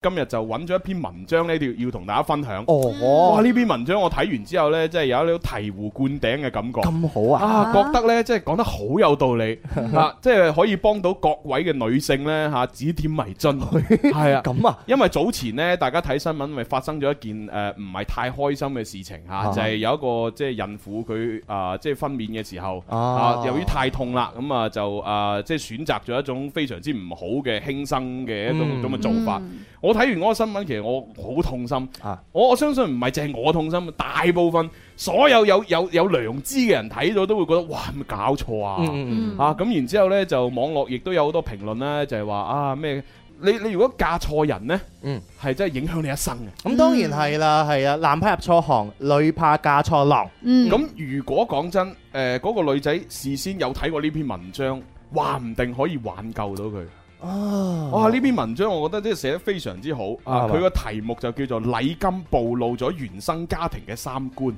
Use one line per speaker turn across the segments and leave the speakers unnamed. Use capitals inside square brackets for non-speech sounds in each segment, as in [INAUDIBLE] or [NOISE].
今日就揾咗一篇文章呢，要要同大家分享。哇！
哦，
呢篇文章我睇完之後呢，真係有一種醍醐灌頂嘅感覺。
咁好啊！
啊，覺得呢，即係講得好有道
[LAUGHS]
理啊，即係可以幫到各位嘅女性呢，嚇指點迷
[LAUGHS]
津，係啊。
咁啊，
因為早前呢，大家睇新聞咪發生咗一件誒唔係太開心嘅事情嚇，
啊
就係有一個即係孕婦佢啊即係分娩嘅時候
啊
啊，由於太痛啦，咁啊就啊即係選擇咗一種非常之唔好嘅輕生嘅一種
嗯
咁嘅做法。我睇完嗰個新聞，其實我好痛心。
啊
我我相信唔係淨係我痛心，大部分所有有有有良知嘅人睇咗都會覺得哇，有冇搞錯啊！
嗯
啊咁，然之後呢，就網絡亦都有好多評論啦，就係話啊咩你你如果嫁錯人呢，
嗯，
係真係影響你一生嘅。
咁當然係啦，係啊，男怕入錯行，女怕嫁錯郎，
嗯，
咁、如果講真，誒、嗰、個女仔事先有睇過呢篇文章，話唔定可以挽救到佢。
啊
哇！呢篇文章我覺得真係寫得非常之好啊！
係嘛
佢個題目就叫做《禮金暴露咗原生家庭嘅三觀》。啊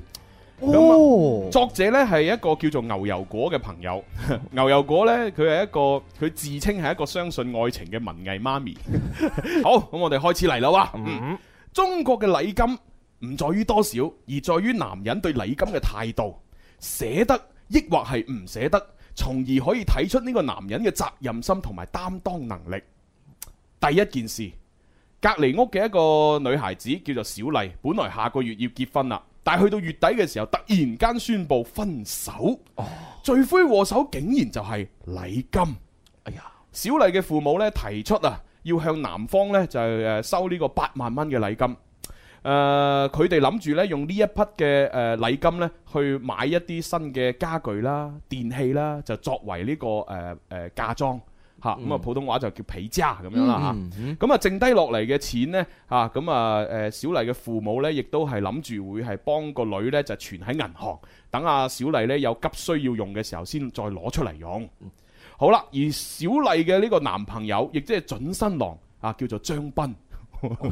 哦，
作者呢係一個叫做牛油果嘅朋友， [LAUGHS] 牛油果呢，佢係一個佢自稱係一個相信愛情嘅文藝媽咪。好，咁我哋開始嚟啦哇！嗯
嗯
中國嘅禮金唔在於多少，而在於男人對禮金嘅態度，捨得抑或係唔捨得，從而可以睇出呢個男人嘅責任心同埋擔當能力。第一件事，隔離屋嘅一個女孩子叫做小麗，本來下個月要結婚啦，但係去到月底嘅時候，突然間宣布分手。罪魁禍首竟然就係禮金。
哎呀，
小麗嘅父母咧提出啊，要向男方咧就誒收呢個八萬蚊嘅禮金。誒，佢哋諗住咧用呢一筆嘅誒禮金咧，去買一啲新嘅家具啦、電器啦，就作為呢、個誒誒、呃嫁妝嚇。咁啊、普通話就叫皮渣咁樣啦嚇。
嗯
咁啊，剩低落嚟嘅錢呢，嚇咁啊，誒小麗嘅父母呢，亦都係諗住會係幫個女呢，就存喺銀行，等阿小麗呢有急需要用嘅時候先再攞出嚟用。
嗯
好啦，而小麗嘅呢個男朋友，亦即係準新郎啊，叫做張斌。
嗯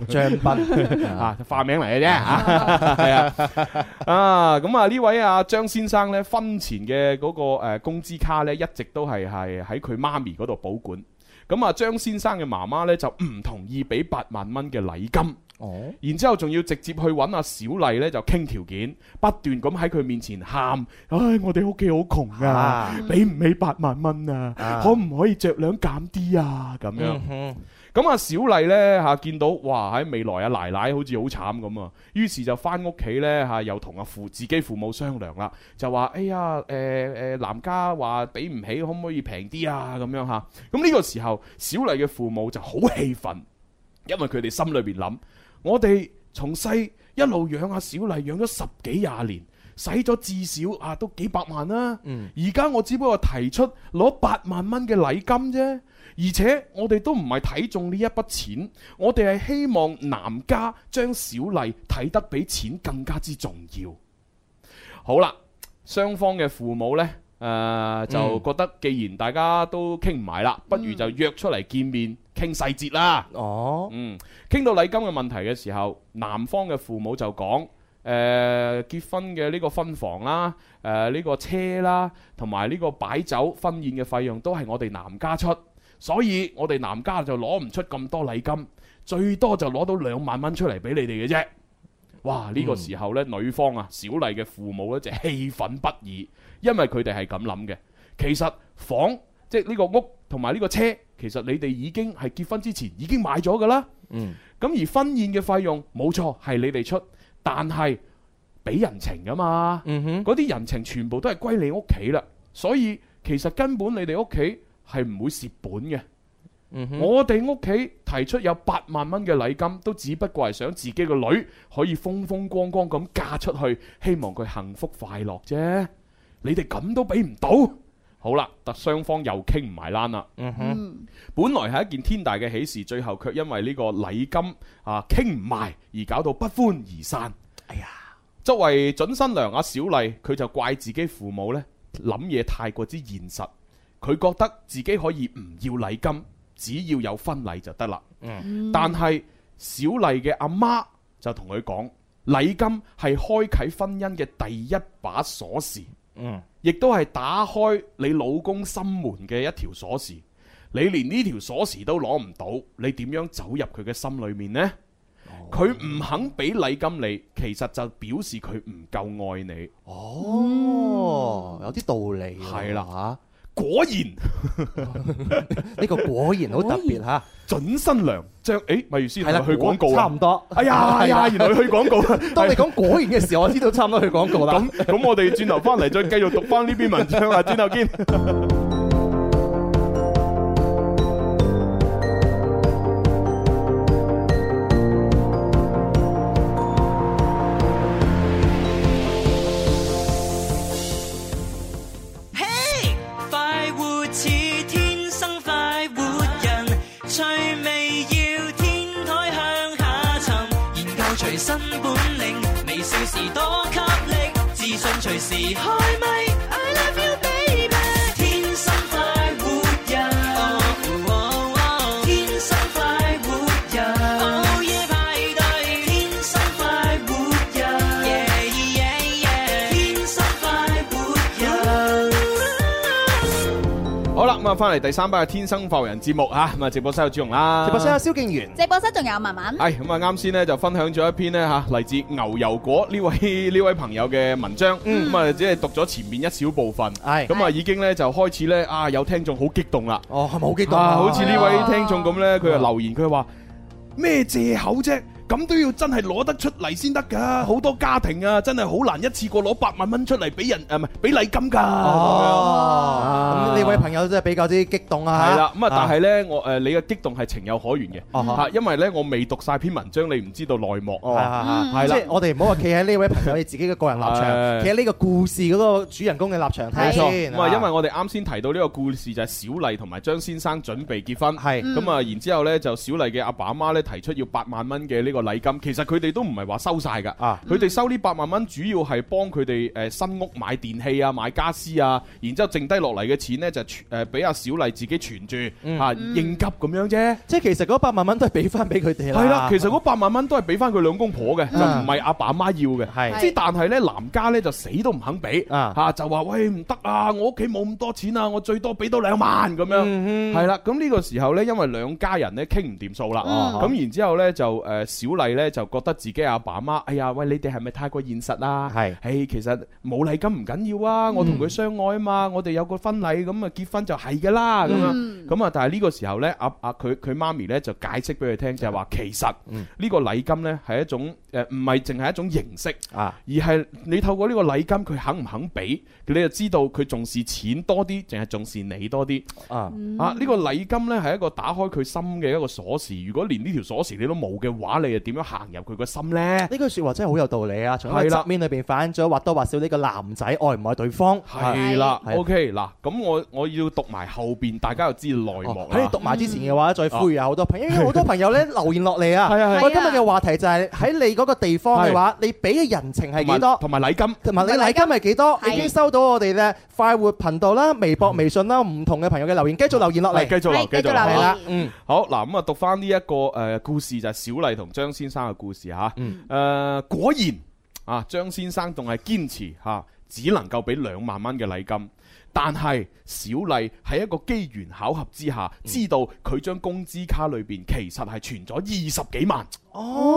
張斌
[LAUGHS] 啊，
啊，
化名嚟嘅啫，
嗯
係啊，啊咁啊呢位啊張先生呢，婚前嘅嗰個誒工資卡呢，一直都係係喺佢媽咪嗰度保管。咁啊張先生嘅媽媽呢，就唔同意俾八萬蚊嘅禮金，
哦，
然之後仲要直接去揾阿小麗呢，就傾條件，不斷咁喺佢面前喊：，唉，我哋屋企好窮啊！
啊，
俾唔起八萬蚊啊？
啊
可唔可以着兩減啲啊？咁樣，
嗯哼
咁啊，小麗呢，嚇見到哇喺未來啊奶奶好似好慘咁啊，於是就翻屋企呢，嚇，又同阿父自己父母商量啦，就話：哎呀，誒、誒、男家話俾唔起，可唔可以平啲啊？咁樣嚇。咁呢個時候，小麗嘅父母就好氣憤，因為佢哋心裏邊諗：我哋從細一路養阿小麗，養咗十幾廿年，使咗至少啊都幾百萬啦、
嗯
而家我只不過提出攞八萬蚊嘅禮金啫，而且我哋都唔係睇中呢一筆錢，我哋係希望男家將小麗睇得比錢更加之重要。好啦，雙方嘅父母呢，誒、呃就
嗯
覺得既然大家都傾唔埋啦，不如就約出嚟見面傾細節啦。
哦，
嗯，傾到禮金嘅問題嘅時候，男方嘅父母就講：誒、呃結婚嘅呢個婚房啦，誒、呃呢個車啦，同埋呢個擺酒婚宴嘅費用都係我哋男家出，所以我哋男家就攞唔出咁多禮金，最多就攞到兩萬蚊出嚟俾你哋嘅啫。哇！呢、個時候呢，女方啊，小麗嘅父母呢，就氣憤不已，因為佢哋係咁諗嘅。其實房即係呢個屋同埋呢個車，其實你哋已經係結婚之前已經買咗㗎啦。
嗯，
咁而婚宴嘅費用冇錯係你哋出，但係俾人情噶嘛，
嗯哼，
嗰啲人情全部都係歸你屋企啦，所以其實根本你哋屋企係唔會蝕本嘅。
嗯哼，
我哋屋企提出有八萬蚊嘅禮金，都只不過係想自己個女可以風風光光咁嫁出去，希望佢幸福快樂啫。你哋咁都俾唔到，好啦，特雙方又傾唔埋欄啦。
嗯哼，
嗯
本來係一件天大嘅喜事，最後卻因為呢個禮金啊傾唔埋而搞到不歡而散。
哎呀，
作為準新娘阿小麗，佢就怪自己父母呢諗嘢太過之現實，佢覺得自己可以唔要禮金，只要有婚禮就得啦。
嗯
但係小麗嘅阿媽就同佢講，禮金係開啟婚姻嘅第一把鎖匙。
嗯
亦都係打開你老公心門嘅一條鎖匙。你連呢條鎖匙都攞唔到，你點樣走入佢嘅心裏面呢？
哦
佢唔肯俾禮金你，其實就表示佢唔夠愛你。
哦，有啲道理喎。
係啦
嚇
果然
呢個果然好特別嚇，
準新娘將誒，咪如先
係啦，
去廣告
果差
啊
唔！多。
哎呀哎呀，
係
原來去廣告
[LAUGHS]
啊。
啦當你講果然嘅時候，我知道差唔多去廣告啦。
咁咁，我哋轉頭翻嚟再繼續讀翻呢篇文章啊，轉頭見。
快活似天生快活人，趣味要天台向下沉，研究隨身本領，微笑時多給力，自信隨時開咪。I love you baby，天生快活人，哦哦天生快活人，午夜派對，天生快活人，yeah yeah yeah，天生快活人。
好啦，咁啊，翻嚟第三班嘅天生浮人節目啊，咁啊，直播室有朱容啦，
直播室有蕭敬元。
直播室仲有文文，
系咁啊！啱先咧就分享咗一篇咧吓嚟自牛油果呢位 [LAUGHS] 呢位朋友嘅文章，咁啊只係讀咗前面一小部分，
係
咁啊已經咧就開始咧啊有聽眾好激動啦，
哦，係咪好激動
啊
啊？
好似呢位
啊
聽眾咁咧，佢就留言佢話咩借口啫？咁都要真係攞得出嚟先得㗎，好多家庭啊，真係好難一次過攞八萬蚊出嚟俾人呃誒，唔係俾禮金㗎。
哦，啊咁呢位朋友真係比較之激動啊！
系啦，咁啊，但係咧，我誒你嘅激動係情有可原嘅，
哦
嚇，因為咧我未讀晒篇文章，你唔知道內幕
係係係
哦係啦
啊即係我哋唔好話企喺呢位朋友你自己嘅個人
[LAUGHS]
立
係
場，企喺呢個故事嗰個主人公嘅立場睇
冇錯，
先。
咁啊，因為我哋啱先提到呢個故事就係小麗同埋張先生準備結婚，
係
咁啊，然之後呢，就小麗嘅阿爸阿媽呢提出要八萬蚊嘅呢個禮金，其實佢哋都唔係話收晒㗎，
啊
佢哋收呢八萬蚊主要係幫佢哋誒新屋買電器啊、買家私啊，然之後剩低落嚟嘅錢呢，就誒俾阿小麗自己存住嚇應急咁樣啫。
即係其實嗰八萬蚊都係俾翻俾佢哋啦。
係啦，其實嗰八萬蚊都係俾翻佢兩公婆嘅，就唔
嗯
係阿爸阿媽要嘅。
係
之但係咧，男家咧就死都唔肯俾，
啊
嚇就話喂唔得啊！我屋企冇咁多錢啊，我最多俾到兩萬咁樣。
嗯哼
係啦，咁呢個時候呢，因為兩家人咧傾唔掂數啦，啊
嗯
咁然之後呢，就誒小麗呢，就覺得自己阿爸阿媽，哎呀喂，你哋係咪太過現實啦？
係嗯
誒其實冇禮金唔緊要啊，我同佢相愛啊嘛，我哋有個婚禮咁啊結婚就係㗎啦咁樣。
嗯
咁啊，但係呢個時候呢，阿阿佢佢媽咪呢就解釋俾佢聽，就係話其實
嗯
呢個禮金呢係一種誒唔係淨係一種形式，
啊，
而係你透過呢個禮金佢肯唔肯俾，你就知道佢重視錢多啲，淨係重視你多啲。
啊
嗯
啊，呢個禮金呢係一個打開佢心嘅一個鎖匙，如果連呢條鎖匙你都冇嘅話，你又點樣行入佢個心呢？
呢句説話真係好有道理啊！從一個
係啦
側面裏邊反映咗或多或少呢個男仔愛唔愛對方。啊哦
係啦
係
，OK 嗱，咁我我要讀埋後邊，大家就知內幕
哦
啦。
喺你讀埋之前嘅話，再
嗯
呼籲下好多朋友，因為好多朋友
[LAUGHS]
咧留言落嚟啊。
係啊係啊
我今日嘅話題就係喺你嗰個地方嘅話，你俾嘅人情係幾多？
同埋禮金。
同埋你禮金係幾多？
係
已經收到我哋嘅快活頻道啦、微博、微信啦，唔同嘅朋友嘅留言，繼續留言落
係
嚟
繼。續留，
係
繼
繼
續
續
留
留。
係啦
留，
嗯，
好嗱，咁啊讀翻呢一個誒、呃故事就係小麗同張先生嘅故事嚇。誒、
嗯
果然啊，張先生仲係堅持嚇、啊只能夠俾兩萬蚊嘅禮金。但係小麗喺一個機緣巧合之下，
嗯
知道佢張工資卡裏邊其實係存咗二十幾萬。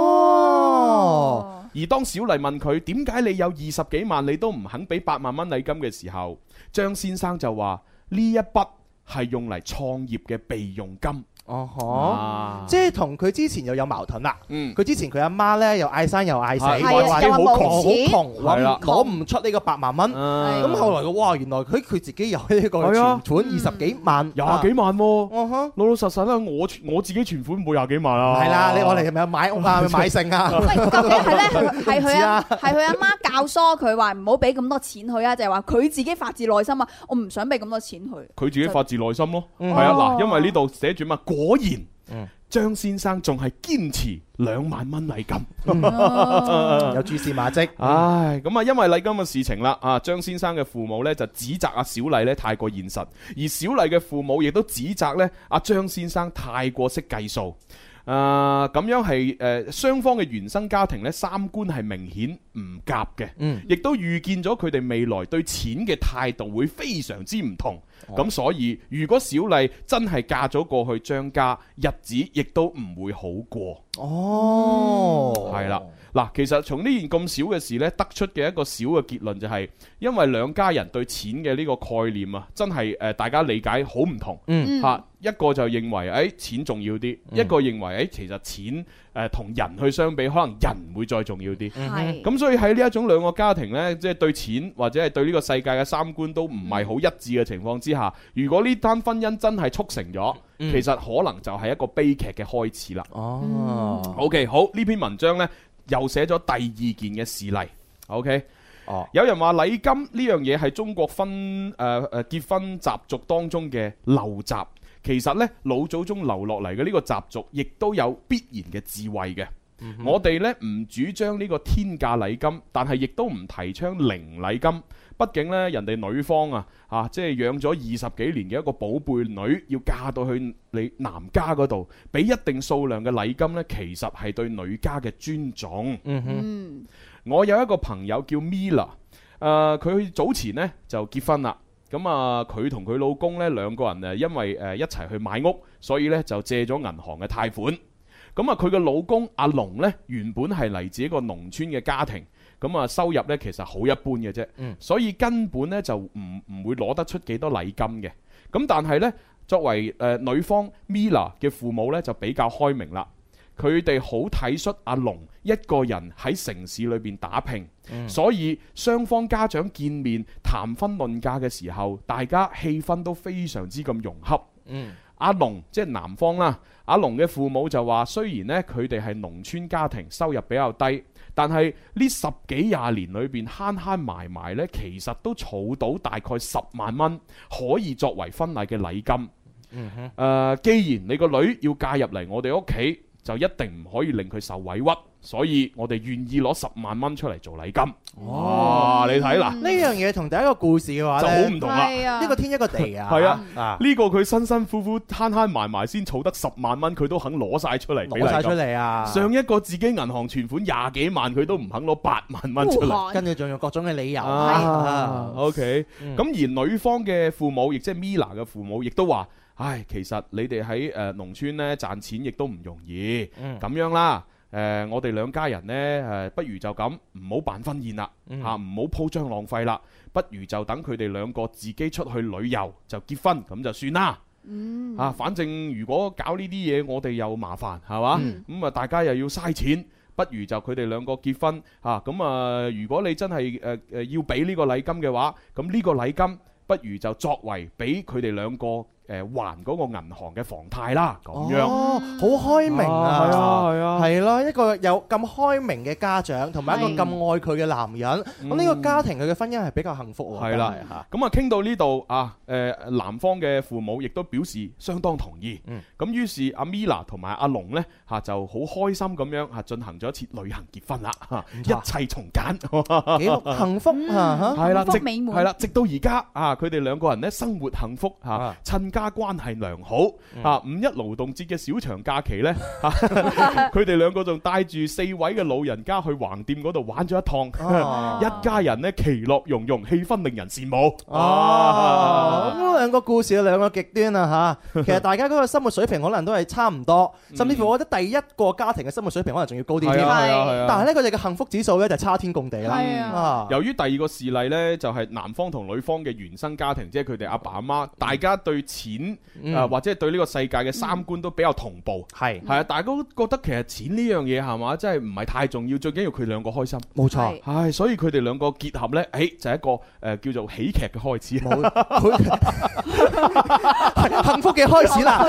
哦，
而當小麗問佢點解你有二十幾萬你都唔肯俾八萬蚊禮金嘅時候，張先生就話呢一筆係用嚟創業嘅備用金。
哦呵，
哦
即係同佢之前又有矛盾啦。
嗯。
佢之前佢阿媽咧又嗌生又嗌死，
係
話
係啊又話
好
冇錢
窮，
係啦
揾攞唔出呢個八萬蚊。
啊
咁後來嘅哇，原來佢佢自己有呢個
係啊
存款二十幾萬，
廿
啊
幾萬喎、
哦呵，
老老實實啦，我存我自己存款冇廿幾萬啊。
係啦，你我哋係咪有買屋啊， [LAUGHS] 買剩啊？
喂，究竟
[LAUGHS]
係咧係
唔知
佢
啊
阿係佢阿媽教唆佢話唔好俾咁多錢佢啊，就係話佢自己發自內心啊，我唔想俾咁多錢
[LAUGHS]
佢。
佢自己發自內心咯，係、
嗯
啊
哦
嗱，因為呢度寫住嘛，果然。
嗯
張先生仲係堅持兩萬蚊禮金，嗯
哦
有蛛絲馬跡，
唉，咁啊，因為禮金嘅事情啦，啊，張先生嘅父母呢就指責阿小麗呢太過現實，而小麗嘅父母亦都指責呢阿張先生太過識計數，啊，咁樣係誒雙方嘅原生家庭呢三觀係明顯唔夾嘅，
嗯
亦都預見咗佢哋未來對錢嘅態度會非常之唔同，咁所以如果小麗真係嫁咗過去張家，日子亦都唔會好過。
哦，
係啦嗱，其實從呢件咁少嘅事呢，得出嘅一個小嘅結論就係、因為兩家人對錢嘅呢個概念啊，真係誒、呃大家理解好唔同。
嗯，
吓、一個就認為誒、哎、錢重要啲，一個認為誒、哎其實錢誒同、人去相比，可能人會再重要
嗯
啲。
係
咁所以喺呢一種兩個家庭呢，即係對錢或者係對呢個世界嘅三觀都唔係好一致嘅情況之下，如果呢單婚姻真係促成咗，
嗯
其實可能就係一個悲劇嘅開始啦。
Ờ.
嗯
哦，
OK，好，呢篇文章呢，又寫咗第二件嘅事例。OK。
哦，
有人話禮金呢樣嘢係中國婚誒誒、呃、結婚習俗當中嘅陋習，其實呢，老祖宗留落嚟嘅呢個習俗，亦都有必然嘅智慧嘅。我哋呢唔主張呢個天價禮金，但係亦都唔提倡零禮金。畢竟呢，人哋女方啊，啊即係養咗二十幾年嘅一個寶貝女，要嫁到去你男家嗰度，俾一定數量嘅禮金呢，其實係對女家嘅尊重。
嗯哼，
嗯
我有一個朋友叫 Mila，誒、佢呃早前呢就結婚啦。咁啊，佢同佢老公呢兩個人誒，因為誒、呃一齊去買屋，所以呢就借咗銀行嘅貸款。咁啊，佢嘅老公阿龍呢，原本係嚟自一個農村嘅家庭，咁啊收入呢其實好一般嘅啫，
嗯
所以根本呢就唔唔會攞得出幾多禮金嘅。咁但係呢，作為誒、呃女方 Mila 嘅父母呢，就比較開明啦。佢哋好體恤阿龍一個人喺城市裏邊打拼，所以雙方家長見面談婚論嫁嘅時候，大家氣氛都非常之咁融洽。
嗯，
阿龍即係男方啦，阿龍嘅父母就話：雖然呢，佢哋係農村家庭，收入比較低，但係呢十幾廿年裏邊慳慳埋埋呢，其實都儲到大概十萬蚊，可以作為婚禮嘅禮金。誒、呃既然你個女要嫁入嚟我哋屋企，就一定唔可以令佢受委屈，所以我哋願意攞十萬蚊出嚟做禮金。
Ờ. 哦
哇！你睇嗱，
呢樣嘢同第一個故事嘅話
就好
咧
唔同啦。
係啊，
呢個天一個地啊，
係啊
啊，
呢個佢辛辛苦苦慳慳埋埋先儲得十萬蚊，佢都肯攞晒出嚟，
攞晒出。嚟啊，
上一個自己銀行存款廿幾萬，佢都唔肯攞八萬蚊出嚟。
哇
跟住仲有各種嘅理由
啊
啊，
OK，
嗯
咁而女方嘅父母，亦即係 Mila 嘅父母，亦都話：，唉，其實你哋喺誒農村咧賺錢亦都唔容易，
嗯
咁樣啦。誒、我哋兩家人呢，誒、不如就咁，唔好辦婚宴啦，嚇、
嗯
啊唔好鋪張浪費啦，不如就等佢哋兩個自己出去旅遊就結婚，咁就算啦。
嗯
啊，反正如果搞呢啲嘢，我哋又麻煩，係嘛？咁啊
嗯、
大家又要嘥錢，不如就佢哋兩個結婚嚇。咁啊，如果你真係誒誒要俾呢個禮金嘅話，咁呢個禮金不如就作為俾佢哋兩個誒、呃、還嗰個銀行嘅房貸啦，咁樣。
哦，好開明啊，
係啊係啊
係咯，一個有咁開明嘅家長，同埋一個咁愛佢嘅男人，
嗯
咁哦
Ừ.
呢個家庭佢嘅婚姻係比較幸福喎。
係啦
真係嚇，
咁啊，傾到呢度啊，誒、男方嘅父母亦都表示相當同意。咁、
嗯
於是阿 Mila 同埋阿龍呢，嚇、就好開心咁樣嚇進行咗一次旅行結婚啦，嚇
啊唔
一
錯
切從簡。
幾幸福
[LAUGHS]
啊！嚇
係啦，
幸
直
福美滿
係啦，直到而家啊，佢哋兩個人咧生活幸福嚇
啊，嗯
親家關係良好啊。五一勞動節嘅小長假期呢，啊 [LAUGHS] 佢哋兩個仲帶住四位嘅老人家去橫店嗰度玩咗一趟，
哦
一家人呢，其樂融融，氣氛令人羨慕。啊
哦，咁兩個故事有兩個極端啊
[LAUGHS]
嚇，其實大家嗰個生活水平可能都係差唔多，甚至乎我覺得第一個家庭嘅生活水平可能仲要高啲添，
嗯係啊係啊係啊
但係咧佢哋嘅幸福指數咧就差天共地啦。
係啊，
啊，
由於第二個事例呢，就係男方同女方嘅原生家庭，即係佢哋阿爸阿媽，大家對錢
嗯
啊或者係對呢個世界嘅三觀都比較同步。
係
係啊，大家都覺得其實錢呢樣嘢係嘛，真係唔係太重要，最緊要佢兩個開心。
冇錯。
唉，所以佢哋兩個結合呢，誒就係一個誒、呃叫做喜劇嘅開始。
冇 [LAUGHS] 佢幸福嘅開始啦，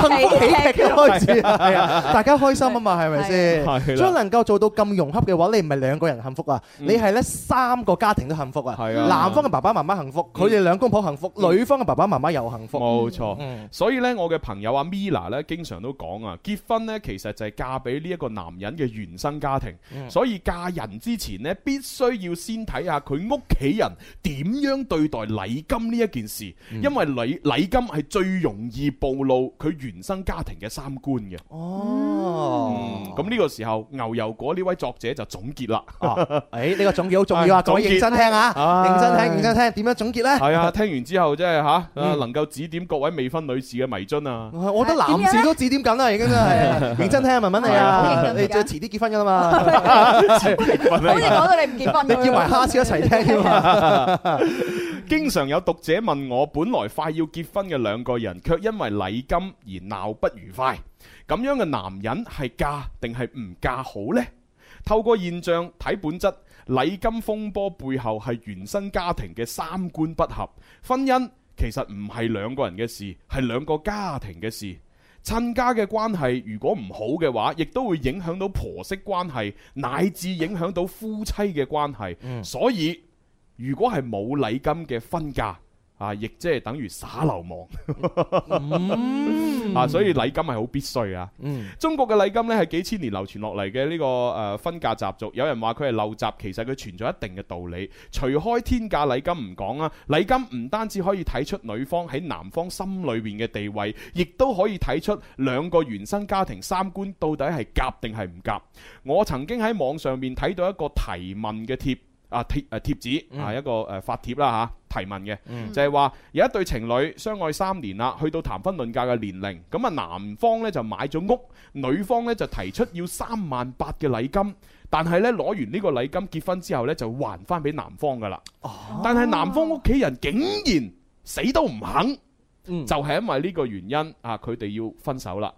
幸福喜劇嘅開始，係啊，大家開心啊嘛，係咪先？
係係啦
所以能夠做到咁融洽嘅話，你唔係兩個人幸福啊，你係咧三個家庭都幸福啊。
係啊
男方嘅爸爸媽媽幸福，佢哋兩公婆幸福，女方嘅爸爸媽媽又幸
福， [LAUGHS] 冇錯。
嗯，
所以咧，我嘅朋友阿 Mila 咧，經常都講啊，結婚咧其實就係嫁俾呢一個男人嘅原生家庭，
嗯
所以嫁人之前咧，必須要先睇下佢屋企人點樣對待禮金呢一件事，
嗯
因為禮禮金係最容易暴露佢原生家庭嘅三觀嘅。
Ờ.
嗯
嗯
哦，
咁呢個時候，牛油果呢位作者就總結啦。
誒呢個總結好重要啊，
啊
各位
總結
認真聽啊，
唉
[LAUGHS] 認真聽，認真聽，點樣總結咧？
係
[LAUGHS]
啊，聽完之後即係吓，啊
嗯
能夠指點各位未婚女士嘅迷津
[LAUGHS]
啊！ [LAUGHS]
我覺得男士都指點緊啦，已經真係認真聽啊，文文你
係
啊
好認，真
你
㗎
再遲啲結婚㗎啦嘛，
啊
好似講到你唔結婚
你
咁
叫埋
樣。
蝦超一齊聽添啊嘛。
經常有讀者問我，本來快要結婚嘅兩個人，卻因為禮金而鬧不愉快。咁樣嘅男人係嫁定係唔嫁好呢？透過現象睇本質，禮金風波背後係原生家庭嘅三觀不合。婚姻其實唔係兩個人嘅事，係兩個家庭嘅事。親家嘅關係如果唔好嘅話，亦都會影響到婆媳關係，乃至影響到夫妻嘅關係。所以如果係冇禮金嘅婚嫁啊，亦即係等於耍流氓、 [LAUGHS] 啊，所以禮金係好必須啊。
嗯
中國嘅禮金呢，係幾千年流傳落嚟嘅呢個誒婚嫁習俗，有人話佢係陋習，其實佢存在一定嘅道理。除開天價禮金唔講啦，啊禮金唔單止可以睇出女方喺男方心裏邊嘅地位，亦都可以睇出兩個原生家庭三觀到底係夾定係唔夾。我曾經喺網上面睇到一個提問嘅貼啊貼誒貼紙啊一個誒發帖啦嚇提問嘅。就係話有一對情侶相愛三年啦，去到談婚論嫁嘅年齡，咁啊男方呢就買咗屋，女方呢就提出要三萬八嘅禮金，但係呢，攞完呢個禮金結婚之後呢，就還翻俾男方噶啦。
哦
但係男方屋企人竟然死都唔肯，
嗯
就係因為呢個原因啊，佢哋要分手啦。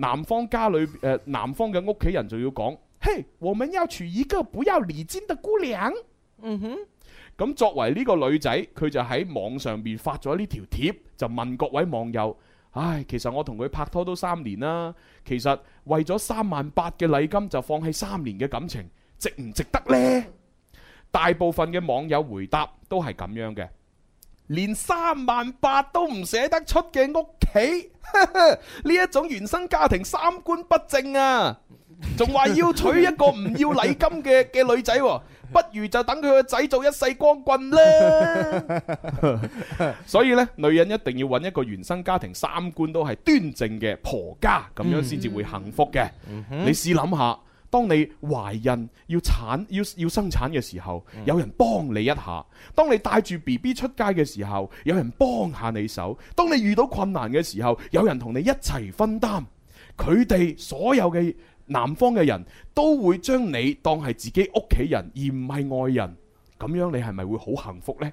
男方家裏誒、呃男方嘅屋企人就要講：嘿，我們要娶一個不要離間的姑娘。
嗯哼，
咁作為呢個女仔，佢就喺網上面發咗呢條貼，就問各位網友：唉，其實我同佢拍拖都三年啦，其實為咗三萬八嘅禮金就放棄三年嘅感情，值唔值得呢？大部分嘅網友回答都係咁樣嘅，連三萬八都唔捨得出嘅屋企， [LAUGHS] 呢一種原生家庭三觀不正啊！仲話要娶一個唔要禮金嘅 [LAUGHS] 嘅女仔喎、不如就等佢個仔做一世光棍啦。 [LAUGHS] 所以呢，女人一定要揾一個原生家庭三觀都係端正嘅婆家，咁樣先至會幸福嘅。你試諗下。當你懷孕要產要要生產嘅時候，有人幫你一下；當你帶住 B B 出街嘅時候，有人幫下你手；當你遇到困難嘅時候，有人同你一齊分擔。佢哋所有嘅南方嘅人都會將你當係自己屋企人，而唔係外人。咁樣你係咪會好幸福呢？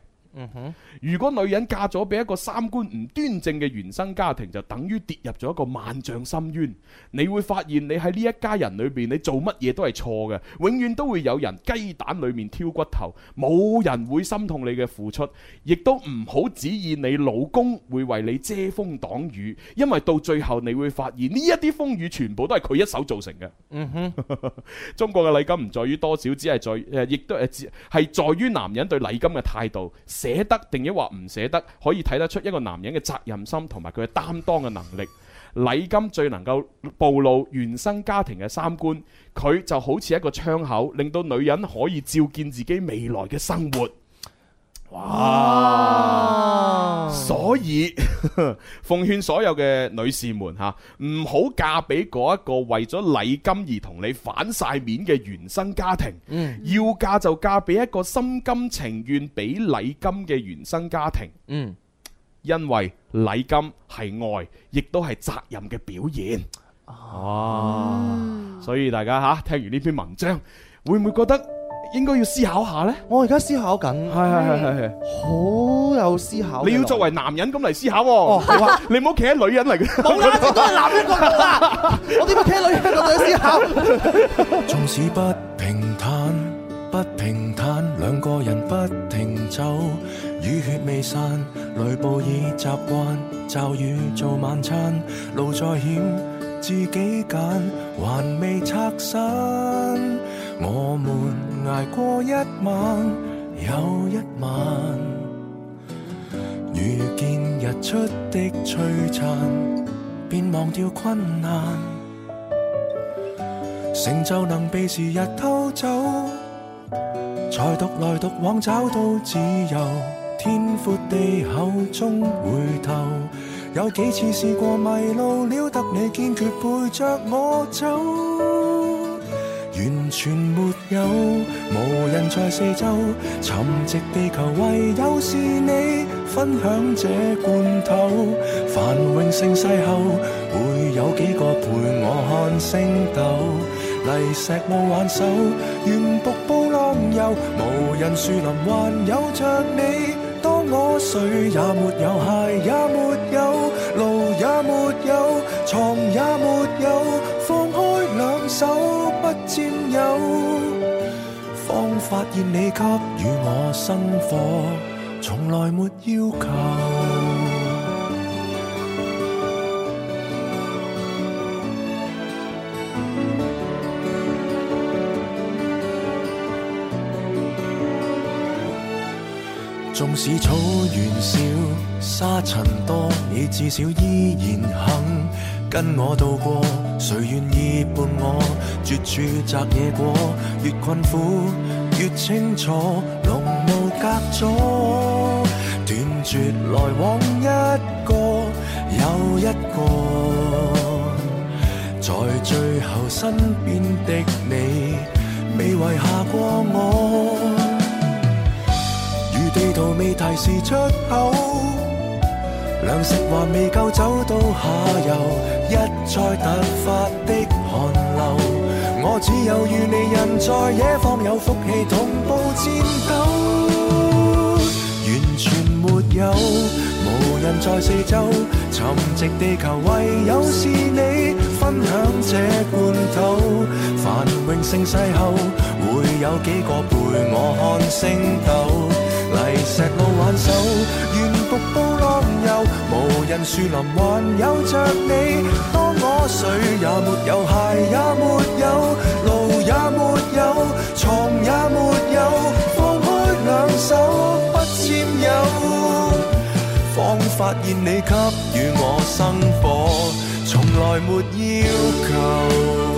如果女人嫁咗俾一個三觀唔端正嘅原生家庭，就等於跌入咗一個萬丈深淵。你會發現你喺呢一家人裏邊，你做乜嘢都係錯嘅，永遠都會有人雞蛋裏面挑骨頭，冇人會心痛你嘅付出，亦都唔好指意你老公會為你遮風擋雨，因為到最後你會發現呢一啲風雨全部都係佢一手造成嘅。中國嘅禮金唔在於多少，只係在誒，亦都誒，只係在於男人對禮金嘅態度，捨得定抑或唔捨得，可以睇得出一個男人嘅責任心同埋佢嘅擔當嘅能力。禮金最能夠暴露原生家庭嘅三觀，佢就好似一個窗口，令到女人可以照見自己未來嘅生活。
哇！
所以 [LAUGHS] 奉勸所有嘅女士們吓，唔好嫁俾嗰一個為咗禮金而同你反晒面嘅原生家庭。
嗯
要嫁就嫁俾一個心甘情願俾禮金嘅原生家庭，
[LAUGHS] 嗯。
因為禮金係愛，亦都係責任嘅表現。哦，所以大家吓聽完呢篇文章，會唔會覺得應該要思考下呢？
我而家思考緊，
係係
好有思考嘅內
你
容。
要作為男人咁嚟思考
哦
喎，
好啊，
[LAUGHS] 你唔好企喺女人嚟嘅。
[LAUGHS] 冇啦，我都係男人角度啦， [LAUGHS] 我點解企喺女人角度去思考？
縱使不平坦，不平坦，兩個人不停走，雨血未散，雷暴已習慣，驟雨做晚餐，路再險自己揀，還未拆散，我們捱過一晚又一晚。遇見日出的璀璨，便忘掉困難。成就能被時日偷走，才獨來獨往找到自由。天闊地厚中回頭，有幾次試過迷路了，得你堅決陪着我走。完全沒有，無人在四周，沉寂地球唯有是你分享這罐頭。繁榮盛世後，會有幾個陪我看星斗？泥石路挽手，沿瀑布浪遊，無人樹林還有着你。當我誰也沒有，鞋也沒有，路也沒有，床也沒有，放開兩手不佔有，方發現你給予我生火，從來沒要求。縱使草原少，沙塵多，你至少依然肯跟我渡過。誰願意伴我絕處摘野果？越困苦越清楚，濃霧隔阻，斷絕來往一個又一個，在最後身邊的你，未遺下過我。如地圖未提示出口，糧食還未夠走到下游，一再突發的寒流，我只有與你人在野方有福氣同步戰鬥，完全沒有，無人在四周，沉寂地球唯有是你分享這罐頭，繁榮盛世後會有幾個陪我看星斗。泥石路挽手，沿瀑布浪遊，無人樹林還有着你。當我誰也沒有，鞋也沒有，路也沒有，床也沒有，放開兩手不佔有，方發現你給予我生火，從來沒要求。
[LAUGHS]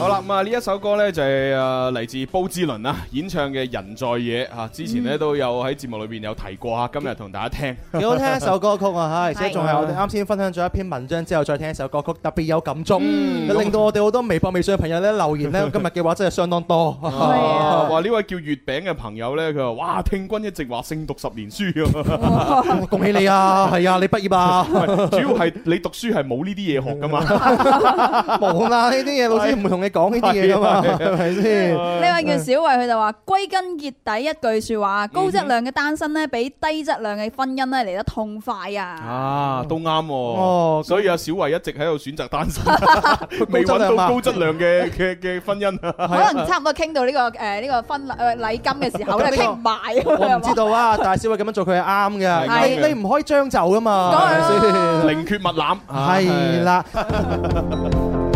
好啦，咁啊呢一首歌呢，就係誒嚟自煲之倫啊演唱嘅《人在野》吓，之前呢，都有喺節目裏邊有提過啊，今日同大家聽。
[LAUGHS] 幾好聽一首歌曲啊，係，而且
係
仲係我哋啱先分享咗一篇文章之後，再聽一首歌曲，特別有感觸，令到我哋好多微博、微信嘅朋 [LAUGHS] 友咧留言咧，今日嘅話真係相當多。
啊話呢位叫月餅嘅朋友呢，佢話：哇，聽君一直話勝讀十年書咁啊，
恭喜你啊，係啊，你畢業啊，
主要係你讀書係冇呢啲嘢學噶嘛。
[LAUGHS] 冇啦，呢啲嘢老師唔會同你講呢啲嘢噶嘛，
係啊
係咪先？
呢位叫小慧，佢就話：歸根結底一句説話，高質量嘅單身呢，比低質量嘅婚姻呢嚟得痛快啊！
啊，都啱喎
哦。
所以阿小慧一直喺度選擇單身，未
[LAUGHS]
揾
高質量
到
啊嘛
高質量嘅嘅嘅婚姻
[LAUGHS]
啊。
可能差唔多傾到呢個誒呢個婚誒禮金嘅時候咧，
呢個
傾唔埋
我唔知
咁
道啊，但係小偉咁樣做佢係啱
係啱
嘅，
嘅
你你唔可以將就噶嘛，
當然啦
係咪先？
[LAUGHS] 寧缺勿濫。啊
係啦。